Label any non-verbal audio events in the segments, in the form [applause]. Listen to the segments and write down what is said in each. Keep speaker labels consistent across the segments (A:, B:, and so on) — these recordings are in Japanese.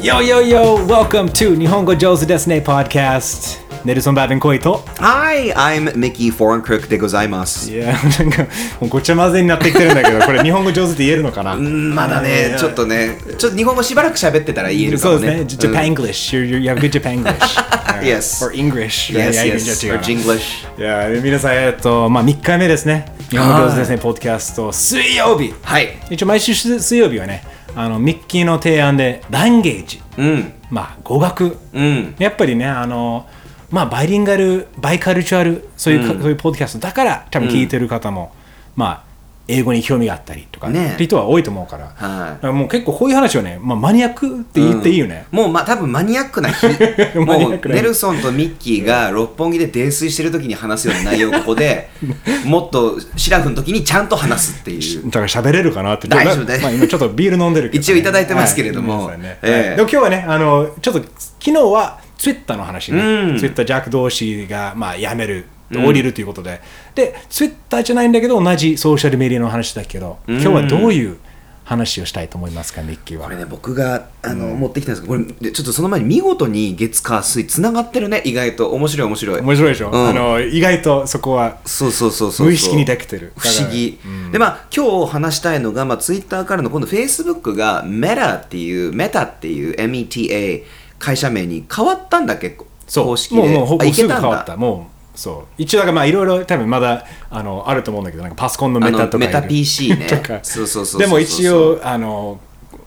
A: Yo, yo, yo! Welcome to 日本語上手ですね Podcast! ネルソン・バーベン・コイと。
B: Hi, I'm Mickey Foreign Crook でございます。
A: いや、なんか、もうごちゃ混ぜになってきてるんだけ
B: [laughs]
A: ど、これ日本語上手って言えるのかな
B: まだね、ちょっとね、ちょっと日本語しばらく喋ってたら言えるか
A: そう
B: も
A: ですね
B: ね。。
A: J- Japan English. You, you you have good Japan
B: [laughs]
A: English.
B: Yes.
A: Or English.
B: Yes,
A: いやいや
B: yes.
A: いや
B: Or
A: 違う
B: Jinglish.
A: いや、皆さん、えっと、まあ、3日目ですね。日本語上手ですね、ポッドキャスト、水曜日。
B: はい。
A: 一応、毎週水水曜日はね、あの、ミッキーの提案で、ランゲージ、
B: うん。
A: まあ、語学。
B: うん。
A: やっぱりね、あの、まあ、バイリンガル、バイカルチュアル、そういうか、そういうポッドキャストだから、多分聞いてる方も、まあ、英語に興味があったりとか、
B: ね
A: って人は多いと思うから、
B: はい
A: だからもう結構こういう話はね、まあ、マニアックって言っていいよね。
B: もうまあ多 [laughs] 分マニアックな日
A: マニア
B: も
A: ック
B: う
A: な日
B: ネルソンとミッキーが六本木で泥酔してる時に話すような内容をここ [laughs] でもっとシラフの時にちゃんと話すってい
A: だ
B: う
A: から喋れるかなって
B: 大丈夫大丈
A: ま
B: 夫
A: あ、今ちょっとビール飲んでるけどね、
B: 一応いただいてますけれども
A: はい皆さんね
B: ええ
A: はいでも今日はねあのちょっと昨日はツイッターの話ね、
B: うん
A: ツイッタージャック同士が、まあ、辞める降りるということで、でツイッターじゃないんだけど同じソーシャルメディアの話だけど、今日はどういう話をしたいと思いますかミッキーは
B: これね僕があの、持ってきたんですけどこれちょっとその前に見事に月火水つながってるね意外と面白い面白い
A: 面白いでしょ、
B: うん
A: あの意外とそこは
B: そうそうそうそうそう
A: 無意識にできてる
B: 不思議、
A: だから
B: でまあ今日話したいのが、まあ、ツイッターからの今度フェイスブックがメタっていうメタっていう META 会社名に変わったんだっけ
A: そう
B: 公式で
A: もうもうほぼ
B: あい
A: す
B: け
A: ぐ
B: たん
A: 変わった
B: だ
A: もうそう一応だからまあいろいろ多分まだあのあると思うんだけどなんかパソコンのメタとか
B: あのメタ
A: いろいろ
B: PC
A: [laughs]
B: ね
A: とか
B: そうそうそうそう
A: でも一応あの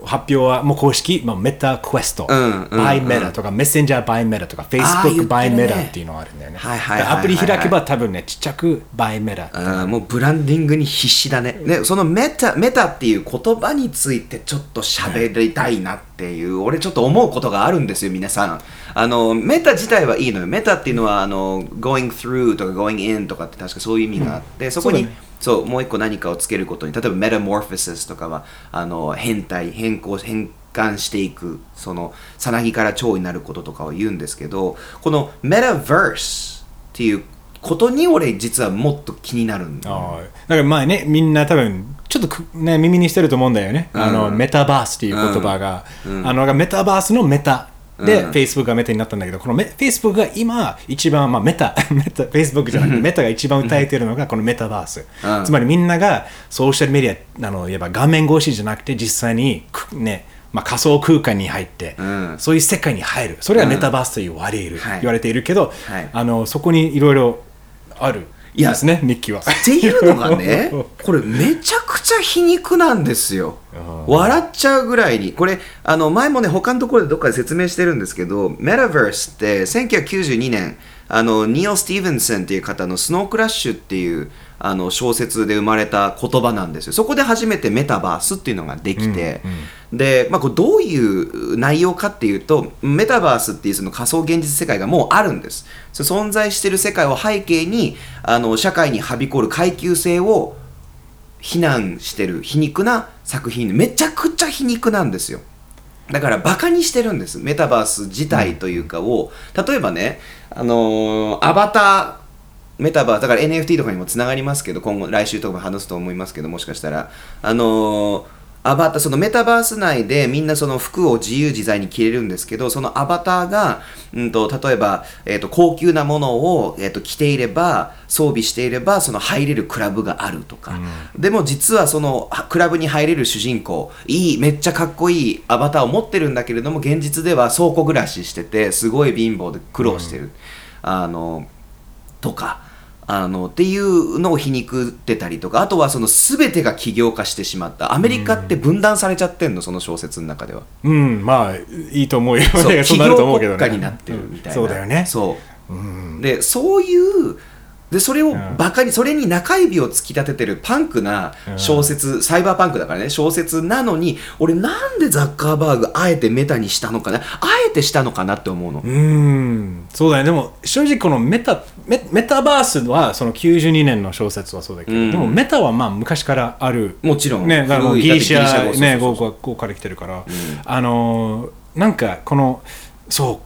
A: 発表はもう公式、まあ、メタクエスト、
B: うんうん
A: バイメタとか、メッセンジャーバイメタとか、フェイス
B: あ
A: ブ
B: ー
A: ックバイメタ
B: 言ってる
A: っ
B: ね
A: ていうのがあるんだよね。
B: はいはいはいはいはい
A: だからアプリ開けば多分ね、ちっちゃくバイメタ。
B: あーもうブランディングに必死だねねそのメタメタっていう言葉についてちょっと喋りたいなっていう俺ちょっと思うことがあるんですよ皆さんあのメタ自体はいいのよメタっていうのはあの going through とか going in とかって確かそういう意味があって、そこに
A: そう
B: そう,、
A: だね
B: もう一個何かをつけることに例えば metamorphosis とかはあの変態変更変換していくそのさなぎから蝶になることとかを言うんですけどこの metaverse っていうことに俺実はもっと気になるんだよね
A: あーだからまあね、みんな多分ちょっとく、ね、耳にしてると思うんだよね、あのメタバースっていう言葉が、あのメタバースのメタで、Facebook がメタになったんだけど、このメ Facebook が今、一番、まあ、メタ、 [laughs] メタ、Facebook じゃなくて、メタが一番歌えてるのがこのメタバース。
B: うん
A: つまりみんながソーシャルメディア、あのいえば画面越しじゃなくて、実際にく、ねまあ、仮想空間に入って、
B: ん
A: そういう世界に入る、それがメタバースと言われる、
B: はい
A: 言われているけど、
B: はい
A: あのそこにいろいろある。
B: いや
A: ですね、ミッキーは。
B: っていうのがねこれめちゃくちゃ皮肉なんですよ笑っちゃうぐらいにこれあの前もね他のところでどっかで説明してるんですけどメタバースって1992年あのニオ・スティーブンソンっていう方の「スノークラッシュ」っていうあの小説で生まれた言葉なんですよそこで初めてメタバースっていうのができて、で、まあ、これどういう内容かっていうとメタバースっていうその仮想現実世界がもうあるんですその存在してる世界を背景にあの社会にはびこる階級性を非難してる皮肉な作品めちゃくちゃ皮肉なんですよだからバカにしてるんですメタバース自体というかを、例えばねあのーアバターメタバースだから NFT とかにもつながりますけど今後来週とかも話すと思いますけどもしかしたらあのーアバターそのメタバース内でみんなその服を自由自在に着れるんですけどそのアバターが、うん、と例えば、えー、と高級なものを、えー、と着ていれば装備していればその入れるクラブがあるとか、でも実はそのはクラブに入れる主人公いいめっちゃかっこいいアバターを持ってるんだけれども現実では倉庫暮らししててすごい貧乏で苦労してる、あのとかあのっていうのを皮肉ってたりとかあとはその全てが起業化してしまったアメリカって分断されちゃってんのその小説の中では。
A: うん、まあいいと思うよ。
B: そう
A: ね
B: 企
A: なる
B: 業
A: と思うけど
B: 国
A: ね [laughs]
B: 家になってるみたいな、
A: そうだよね。
B: そう、でそういうでそれをバカに、それに中指を突き立ててるパンクな小説、サイバーパンクだからね小説なのに俺なんでザッカーバーグあえてメタにしたのかなあえてしたのかなって思うの、
A: うん、そうだよね。でも正直このメタメメタバースはその92年の小説はそうだけど、
B: うん
A: でもメタはまあ昔からある。
B: もちろん
A: ね、だからもう
B: 古い
A: ギリシ
B: だって
A: ャ
B: ギリシ
A: ね
B: ャ語そ
A: 語
B: うそ
A: 語語から来てるから、あのーなんかこのそ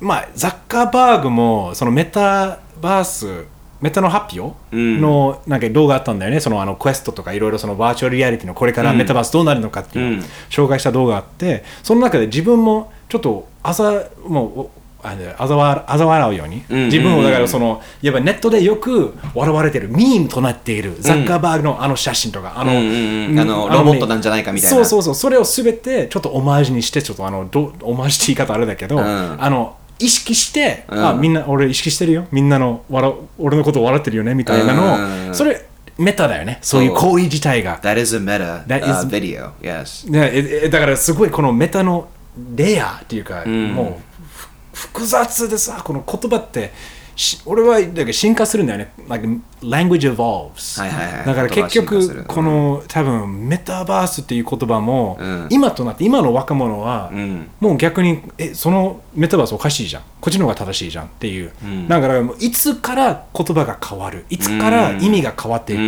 A: うまあザッカーバーグもそのメタバースメタの発表
B: ん
A: のなんか動画あったんだよね、そのあのクエストとかいろいろそのバーチャルリアリティのこれからメタバースどうなるのかっていうのを
B: うん
A: 紹介した動画あって、その中で自分もちょっと朝もうおあのあざわあざ笑うように、
B: うんうんうん
A: 自分をだからそのやっぱネットでよく笑われてるミームとなっているザッカーバーグのあの写真とかあの,
B: う
A: うん
B: うんうん
A: ん、
B: あのロボットなんじゃないかみたいな
A: そうそうそうそれを全てちょっとオマージュにしてちょっとあのどオマージュって言い方あれだけど、
B: ん
A: あの意識して、
B: ん
A: あみんな俺意識してるよみんなの笑う俺のこと笑ってるよねみたいなのを、
B: うん
A: それメタだよねそういう行為自体が
B: That is a meta
A: That
B: uh,
A: is-
B: video. Yes.
A: ねええだからすごいこのメタのレアっていうか、もうふ複雑でさこの言葉ってし俺はだから進化するんだよね、like, language evolves、
B: はいはいはい
A: だから結
B: 言葉は進化する
A: 局この多分メタバースっていう言葉も、
B: うん
A: 今となって今の若者は、
B: ん
A: もう逆にえそのメタバースおかしいじゃんこっちの方が正しいじゃんっていう、だからもういつから言葉が変わるいつから意味が変わっていくっ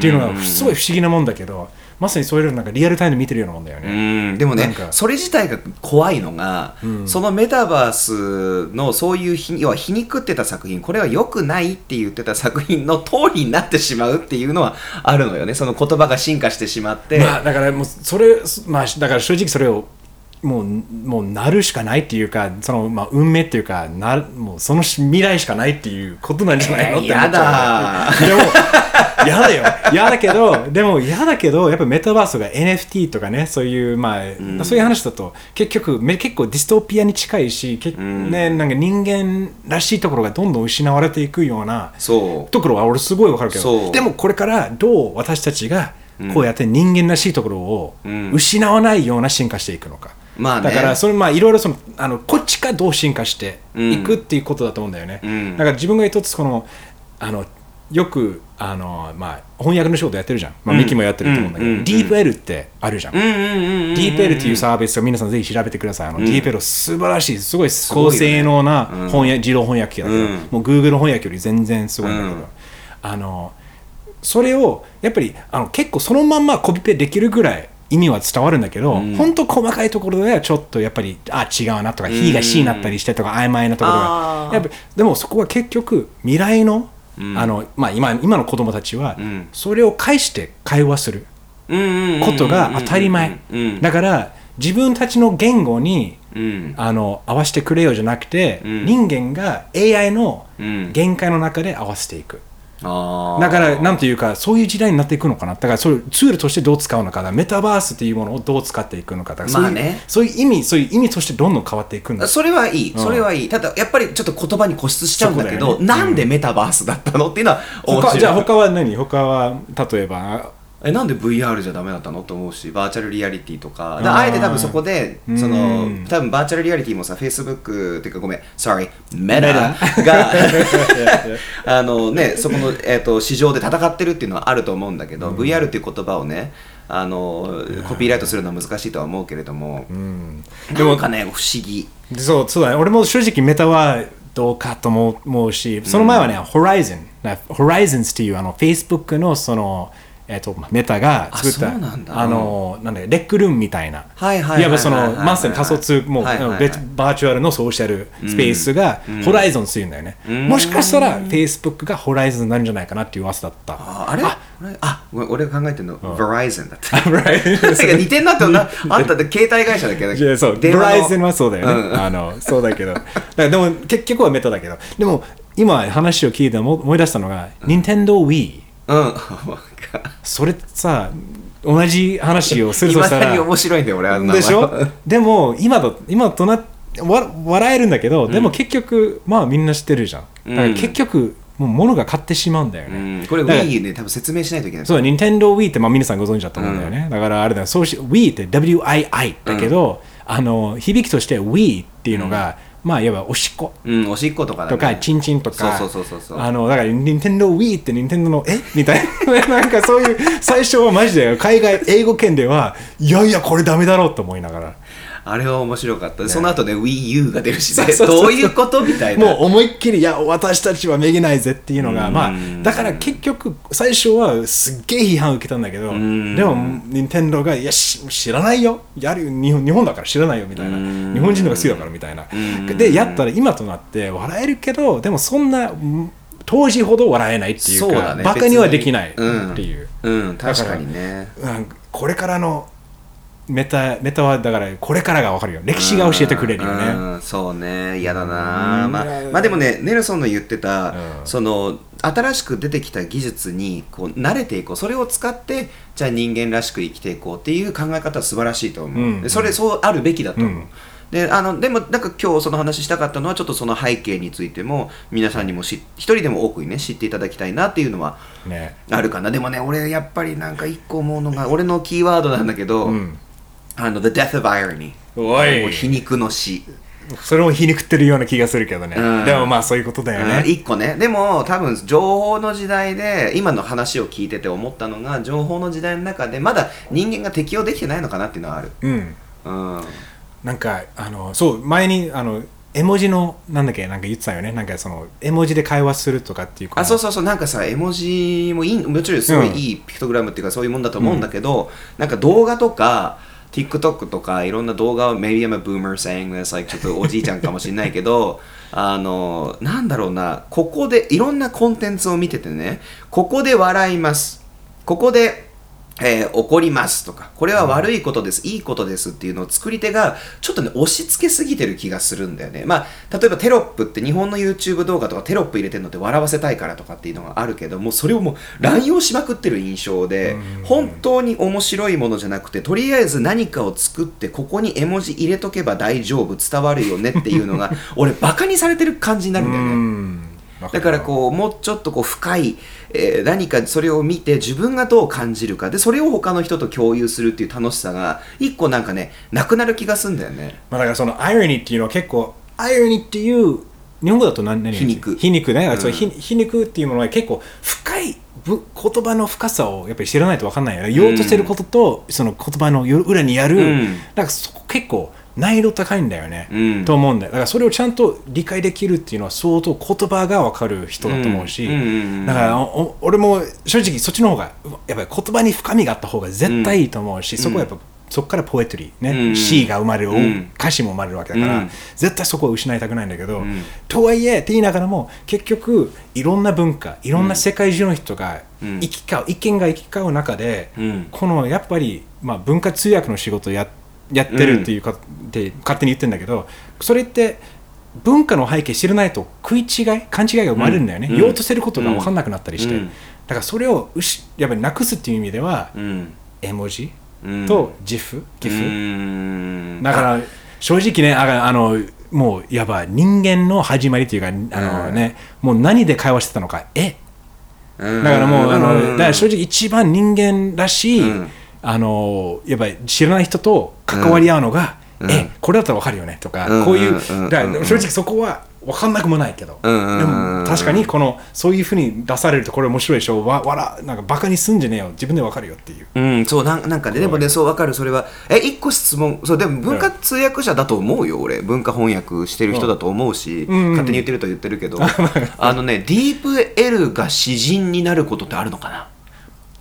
A: ていうのがすごい不思議なもんだけどまさにそういうのなんかリアルタイムで見てるようなもんだよね。
B: うんでも
A: な
B: ね
A: んか
B: それ自体が怖いのが、そのメタバースのそういうひ要は皮肉ってた作品これは良くないって言ってた作品の通りになってしまうっていうのはあるのよねその言葉が進化してしまって、
A: まあだからもうそれすまあだから正直それをもうもうなるしかないっていうかそのまあ運命っていうかなもうそのし未来しかないっていうことなんじゃないの
B: え
A: っ
B: ー
A: て思っちゃうでもやだよやだけどでもやだけどやっぱメタバースとか NFT とかねそういうまあ、そういう話だと結局め結構ディストピアに近いしけ、ねなんか人間らしいところがどんどん失われていくような
B: そう
A: ところは俺すごいわかるけ
B: そう
A: どでもこれからどう私たちがこうやって人間らしいところを
B: ん
A: 失わないような進化していくのか、
B: まあね
A: だからそれまあいろいろそのあのこっちがどう進化していくっていうことだと思うんだよね、
B: ん
A: だから自分が一つこのあのよくあの、まあ、翻訳の仕事やってるじゃん、まあ、ミキもやってると思うんだけど、
B: うんうん
A: ディープ L ってあるじゃん、
B: うんうんうんうん
A: ディープ L っていうサービスを皆さんぜひ調べてください。あのディープ L 素晴らしい、すごい
B: ごいよ
A: 高
B: ね
A: 性能な翻訳、自動翻訳機だけど、
B: うん
A: もう Google 翻訳より全然すごいんだけど、
B: うん
A: あのそれをやっぱりあの結構そのまんまコピペできるぐらい意味は伝わるんだけど、本当細かいところではちょっとやっぱりあ違うなとか「非が「し」になったりしてとか曖昧なところ
B: あ
A: が
B: ー
A: やっぱでもそこは結局未来の,、あのまあ、今今の子供たちは、
B: ん
A: それを介して会話する。
B: うんうんうんうん
A: ことが当たり前
B: うんうん
A: だから自分たちの言語に
B: うん
A: あの合わせてくれよじゃなくて、
B: ん
A: 人間が AI の
B: うん
A: 限界の中で合わせていく、
B: あー
A: だからなんていうかそういう時代になっていくのかなだからそれツールとしてどう使うのかだメタバースっていうものをどう使っていくのかだからそういう,、
B: まあね
A: そういう意味そういう意味としてどんどん変わっていくんだ
B: それはいい、それはいい。ただ、やっぱりちょっと言葉に固執しちゃうんだけ
A: そ
B: ど、
A: こだよね
B: なんでメタバースだったのっていうのは面白
A: 他
B: い。
A: じゃあ他は何他は例えば
B: えなんで VR じゃダメだったのと思うしバーチャルリアリティとかだ
A: あー
B: あえて多分そこで
A: うん
B: その多分バーチャルリアリティもさ Facebook っていうかごめん sorry メ
A: メ
B: タが [laughs] あのねそこの、えー、と市場で戦ってるっていうのはあると思うんだけど、VR っていう言葉をねあのコピーライトするのは難しいとは思うけれども、
A: でも
B: なんかね不思議
A: でそうそうだね俺も正直メタはどうかとも思うしその前はね、ホライズンホライズンっていうあの Facebook のそのえっとメタが作っ
B: あ
A: た
B: そうなんだ
A: のなんだよレックルームみたいな
B: はいはいはいはいはい
A: わばそのまさに仮想通もう
B: はいはいはい
A: 別バーチャルのソーシャルスペースがホライゾンっていうんだよねもしかしたら Facebook がホライズンになるんじゃないかなっていう噂だった
B: ああれああごめん俺が考えてるの Verizon だったなん
A: [laughs]
B: か
A: Verizon
B: 似てんなってなあったって携帯会社だっけど
A: いやそうブ
B: 電話の
A: ライゼンはそうだよね、
B: うん
A: あのそうだけどだからでも結局はメタだけどでも今話を聞いて思思い出したのが NintendoWii
B: うんわかる
A: それさ同じ話をする
B: い
A: と
B: ま
A: した
B: だ
A: ら
B: に面白いんだよ俺あの名前
A: でしょでも今だ今となわ笑えるんだけど、でも結局まあみんな知ってるじゃんだから結局もう物が買ってしまうんだよね、
B: うんこれ
A: だから
B: Wii ね多分説明しないといけない
A: そう、Nintendo Wii って、まあ、皆さんご存知だと思うんだよね。だからあれだよ、そうし Wii って WII だけど、あの響きとして Wii っていうのが、まあ、いわばおしっこ。
B: うんおしっことかだね
A: とか、チンチンとか、
B: そうそうそうそうそう
A: あの、だから、Nintendo Wii って Nintendo の、えみたいな、 [laughs] なんかそういう、最初はマジで、海外、英語圏では、いやいや、これダメだろうと思いながら。
B: あれは面白かったその後ね WiiU が出るし
A: そう
B: ね
A: そうそう
B: どういうことみたいな
A: もう思いっきり、いや、私たちはめげないぜっていうのが、まあ、だから結局、最初はすっげえ批判を受けたんだけど、でも、任天堂が、いや、し知らないよ、やる日本、日本だから知らないよみたいな、日本人のが好きだからみたいな。で、やったら今となって笑えるけど、でもそんな、ん当時ほど笑えないっていうか
B: そうだね
A: バカにはできないっ
B: 別にうん
A: ていう、
B: うん、確かにね。
A: なんかこれからのメタメタはだからこれからが分かるよ歴史が教えてくれるよね、
B: うんそうね嫌だな、
A: うん
B: まあ
A: 嫌だ、
B: まあでもねネルソンの言ってた、
A: うん
B: その新しく出てきた技術にこう慣れていこうそれを使ってじゃあ人間らしく生きていこうっていう考え方は素晴らしいと思う、
A: うん
B: でそれそうあるべきだと思う、
A: うん
B: であのでもなんか今日その話したかったのはちょっとその背景についても皆さんにもし一人でも多くにね知っていただきたいなっていうのは
A: ね
B: あるかなでもね俺やっぱりなんか一個思うのが俺のキーワードなんだけど、
A: うん
B: あの「The Death of Irony」
A: おい
B: もう皮肉の死
A: それも皮肉ってるような気がするけどね、
B: うん
A: でもまあそういうことだよ
B: うん
A: ね、
B: 一個ねでも多分情報の時代で今の話を聞いてて思ったのが情報の時代の中でまだ人間が適応できてないのかなっていうのはある
A: うん、
B: うん
A: なんかあのそう前にあの絵文字のなんだっけなんか言ってたよねなんかその絵文字で会話するとかっていうか
B: あそうそうそうなんかさ絵文字もいいもちろんすごいいいピクトグラムっていうかそういうもんだと思うんだけど、なんか動画とか TikTok とかいろんな動画を Maybe I'm a boomer saying this like ちょっとおじいちゃんかもしれないけど [laughs] あのなんだろうなここでいろんなコンテンツを見ててねここで笑いますここでえー怒りますとかこれは悪いことです、いいことですっていうのを作り手がちょっとね押し付けすぎてる気がするんだよねまあ例えばテロップって日本の YouTube 動画とかテロップ入れてるのって笑わせたいからとかっていうのがあるけどもうそれをもう乱用しまくってる印象で、
A: うん
B: 本当に面白いものじゃなくてとりあえず何かを作ってここに絵文字入れとけば大丈夫伝わるよねっていう
A: [laughs]
B: のが俺バカにされてる感じになるんだよね、
A: ん
B: だからこうもうちょっとこう深い、えー何かそれを見て自分がどう感じるかでそれを他の人と共有するっていう楽しさが一個なんかねなくなる気がすんだよね
A: まあ、だからそのアイロニーっていうのは結構アイロニーっていう日本語だと何何
B: 皮肉
A: 皮肉ね、
B: うん
A: そうひ皮肉っていうものは結構深いぶ言葉の深さをやっぱり知らないと分かんないよね言おうとしてることと、その言葉の裏にやる、
B: うん
A: なんかそこ結構難易度高いんだよね、
B: うん
A: と思うんだよだからそれをちゃんと理解できるっていうのは相当言葉が分かる人だと思うし、
B: うんうんうんうん
A: だからおお俺も正直そっちの方がうわやっぱり言葉に深みがあった方が絶対いいと思うし、そこはやっぱそこからポエトリーね、
B: うん
A: C が生まれる、
B: うん
A: 歌詞も生まれるわけだから、
B: うん
A: 絶対そこは失いたくないんだけど、
B: ん
A: とはいえって言いながらも結局いろんな文化いろんな世界中の人が
B: うん
A: 行き交う、意見が行き交う中で、
B: うん
A: このやっぱり、まあ、文化通訳の仕事をややってるっていうか、で勝手に言ってるんだけどそれって文化の背景知らないと食い違い勘違いが生まれるんだよね、
B: うん
A: 言おうとしてることが分かんなくなったりして、
B: うん
A: だからそれをうしやっぱりなくすっていう意味では、
B: うん
A: 絵文字
B: うん
A: とジフ、ギ
B: う
A: フ、
B: ん
A: だから正直ねああのもうやばい人間の始まりというかあの、ねもう何で会話してたのか絵
B: だ
A: だからもう、あのだから正
B: 直
A: 直一番人間らしい、
B: うん
A: あのやっぱり知らない人と関わり合うのが、
B: うん
A: えこれだったら分かるよねとか、
B: うん
A: こういう、
B: うん
A: だから正直そこは分かんなくもないけど、
B: うん
A: でも確かにこのそういうふうに出されるとこれ面白いでしょわわらなんかバカにすんじゃねえよ自分で分かるよっていう。
B: うん、そうなんなんかねでもねそうわかるそれはえ一個質問そうでも文化通訳者だと思うよ俺文化翻訳してる人だと思うし、
A: うん
B: 勝手に言ってると言ってる
A: [laughs]
B: けど、あのねディープ L が詩人になることってあるのかな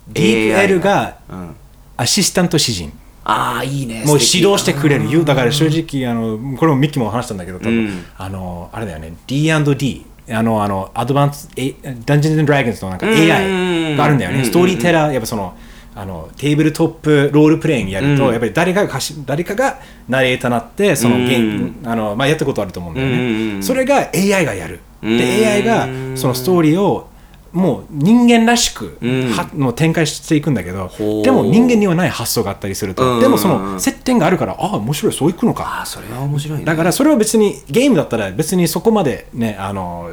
A: ディープ
B: AI
A: L が
B: うん、
A: アシスタント詩人
B: ああいいね
A: もう
B: 素敵
A: 指導してくれる言うだから正直あのこれもミッキーも話したんだけど、多分
B: うん
A: あのあれだよね D&D あのあのアドバンスえダンジョンズ・ドラゴンズのなんか
B: うん
A: AI があるんだよね、
B: うん
A: ストーリーテラーやっぱそのあのテーブルトップロールプレイングやると、
B: うん
A: やっぱり誰かが走誰かがナレーターになってそのゲームあのまあやったことあると思うんだよ
B: うんう
A: ね、
B: ん
A: それが AI がやる
B: うん
A: で AI がそのストーリーをもう人間らしく
B: うん
A: は、もう展開していくんだけど
B: ほう
A: でも人間にはない発想があったりする
B: うんうんう
A: と
B: ん
A: でもその接点があるからああ面白いそういくのか
B: ああそれは面白いね
A: だからそれは別にゲームだったら別にそこまでねあの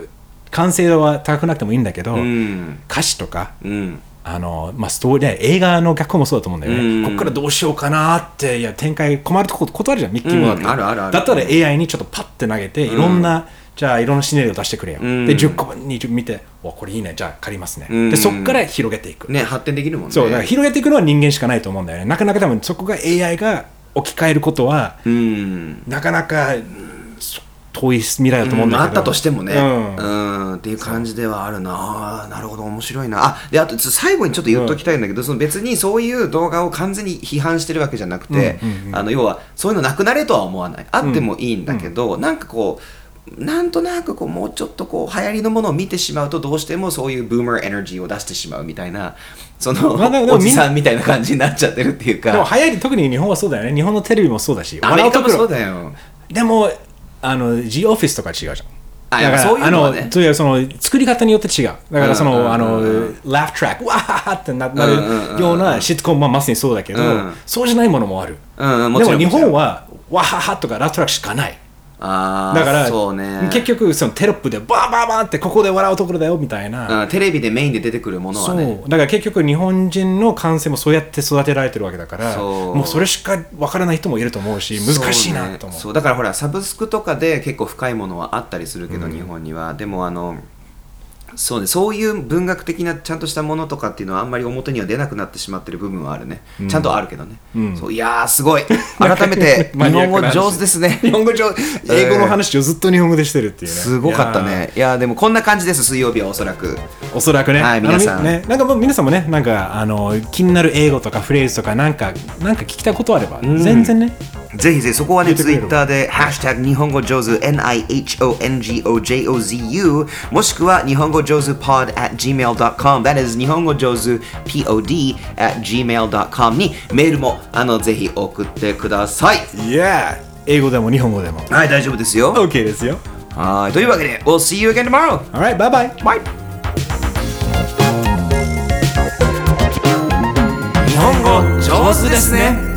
A: 完成度は高くなくてもいいんだけど、
B: うん
A: 歌詞とか
B: うん
A: あの、まあ、ストーリー映画の学校もそうだと思うんだよね、
B: うん
A: ここからどうしようかなっていや展開困るとこ断るじゃんミッキーもだって、
B: うんあるあるある
A: だったら AI にちょっとパッて投げていろんな、じゃあいろんなシナリオ出してくれよ、
B: うん
A: で10個20見てわこれいいねじゃあ借りますね、
B: うん
A: でそこから広げていく、
B: ね発展できるもんね
A: そうだから広げていくのは人間しかないと思うんだよねなかなか多分そこが AI が置き換えることは
B: うん
A: なかなかうんそ遠い未来だと思うんだけど、
B: あったとしてもね、う
A: うん
B: んっていう感じではあるなあーなるほど面白いなあであとちょ最後にちょっと言っときたいんだけど、その別にそういう動画を完全に批判してるわけじゃなくて、
A: うんうんうん
B: あの要はそういうのなくなれとは思わないあってもいいんだけど、なんかこうなんとなくこうもうちょっとこう流行りのものを見てしまうとどうしてもそういうブーマーエナジーを出してしまうみたいなその
A: まあでもで
B: お
A: もみんな
B: じさんみたいな感じになっちゃってるっていう
A: でも
B: か
A: 流行り特に日本はそうだよね日本のテレビもそうだし
B: アメリカもそう
A: よ
B: だよ
A: でもあの G オフィスとか違うじゃん
B: あ
A: だから
B: そういうのはね
A: あのというその作り方によって違うだからその、
B: うんうんうん
A: あのラフトラックわーってなな
B: うんうんうんうん
A: るようなシットコンまあまさにそうだけど、
B: うん
A: そうじゃないものもある、
B: うんうんも
A: で
B: ちろ
A: も日
B: んもちろ
A: 本
B: ん
A: はわははとかラフトラックしかない
B: あー
A: だから
B: そうね
A: 結局そのテロップでバーバーバーってここで笑うところだよみたいな、
B: うんテレビでメインで出てくるものはね
A: そうだから結局日本人の感性もそうやって育てられてるわけだから
B: そう
A: もうそれしかわからない人もいると思うし難しい
B: そう
A: な
B: ね
A: と思う
B: そうだからほらサブスクとかで結構深いものはあったりするけど、日本にはでもあのそうねそういう文学的なちゃんとしたものとかっていうのはあんまり表には出なくなってしまってる部分はあるね、ちゃんとあるけどね、
A: うん
B: そういやー
A: [laughs]
B: すごい改めて日
A: マニア
B: 本
A: ック
B: 語
A: な話
B: 上手です
A: [laughs]
B: ね
A: 日本語上
B: [laughs]
A: 英語の話をずっと日本語でしてるっていうね
B: すごかった
A: いや
B: ねいやーでもこんな感じです水曜日はおそらく
A: ーおそらくね、
B: はい
A: あの
B: 皆さん
A: みね、なんかもう皆さんもねなんかあの気になる英語とかフレーズとかなんかなんか聞きたいことあれば、
B: ん
A: 全然ね
B: ぜひぜひそこは
A: 言
B: ね、
A: って
B: ツ
A: く
B: イ
A: れれ
B: ッ
A: ば
B: ターで、ハッシュタグ日本語上手 NIHONGOJOZU もしくは日本語上手 pod at gmail.com that is 日本語上手 pod at gmail.com にメールもあのぜひ送ってください。
A: いや英語でも日本語でも
B: はい、大丈夫ですよ。
A: OK ですよ
B: はい、というわけで、We'll see you again tomorrow!
A: Alright bye bye
B: Bye! 日本語上手ですね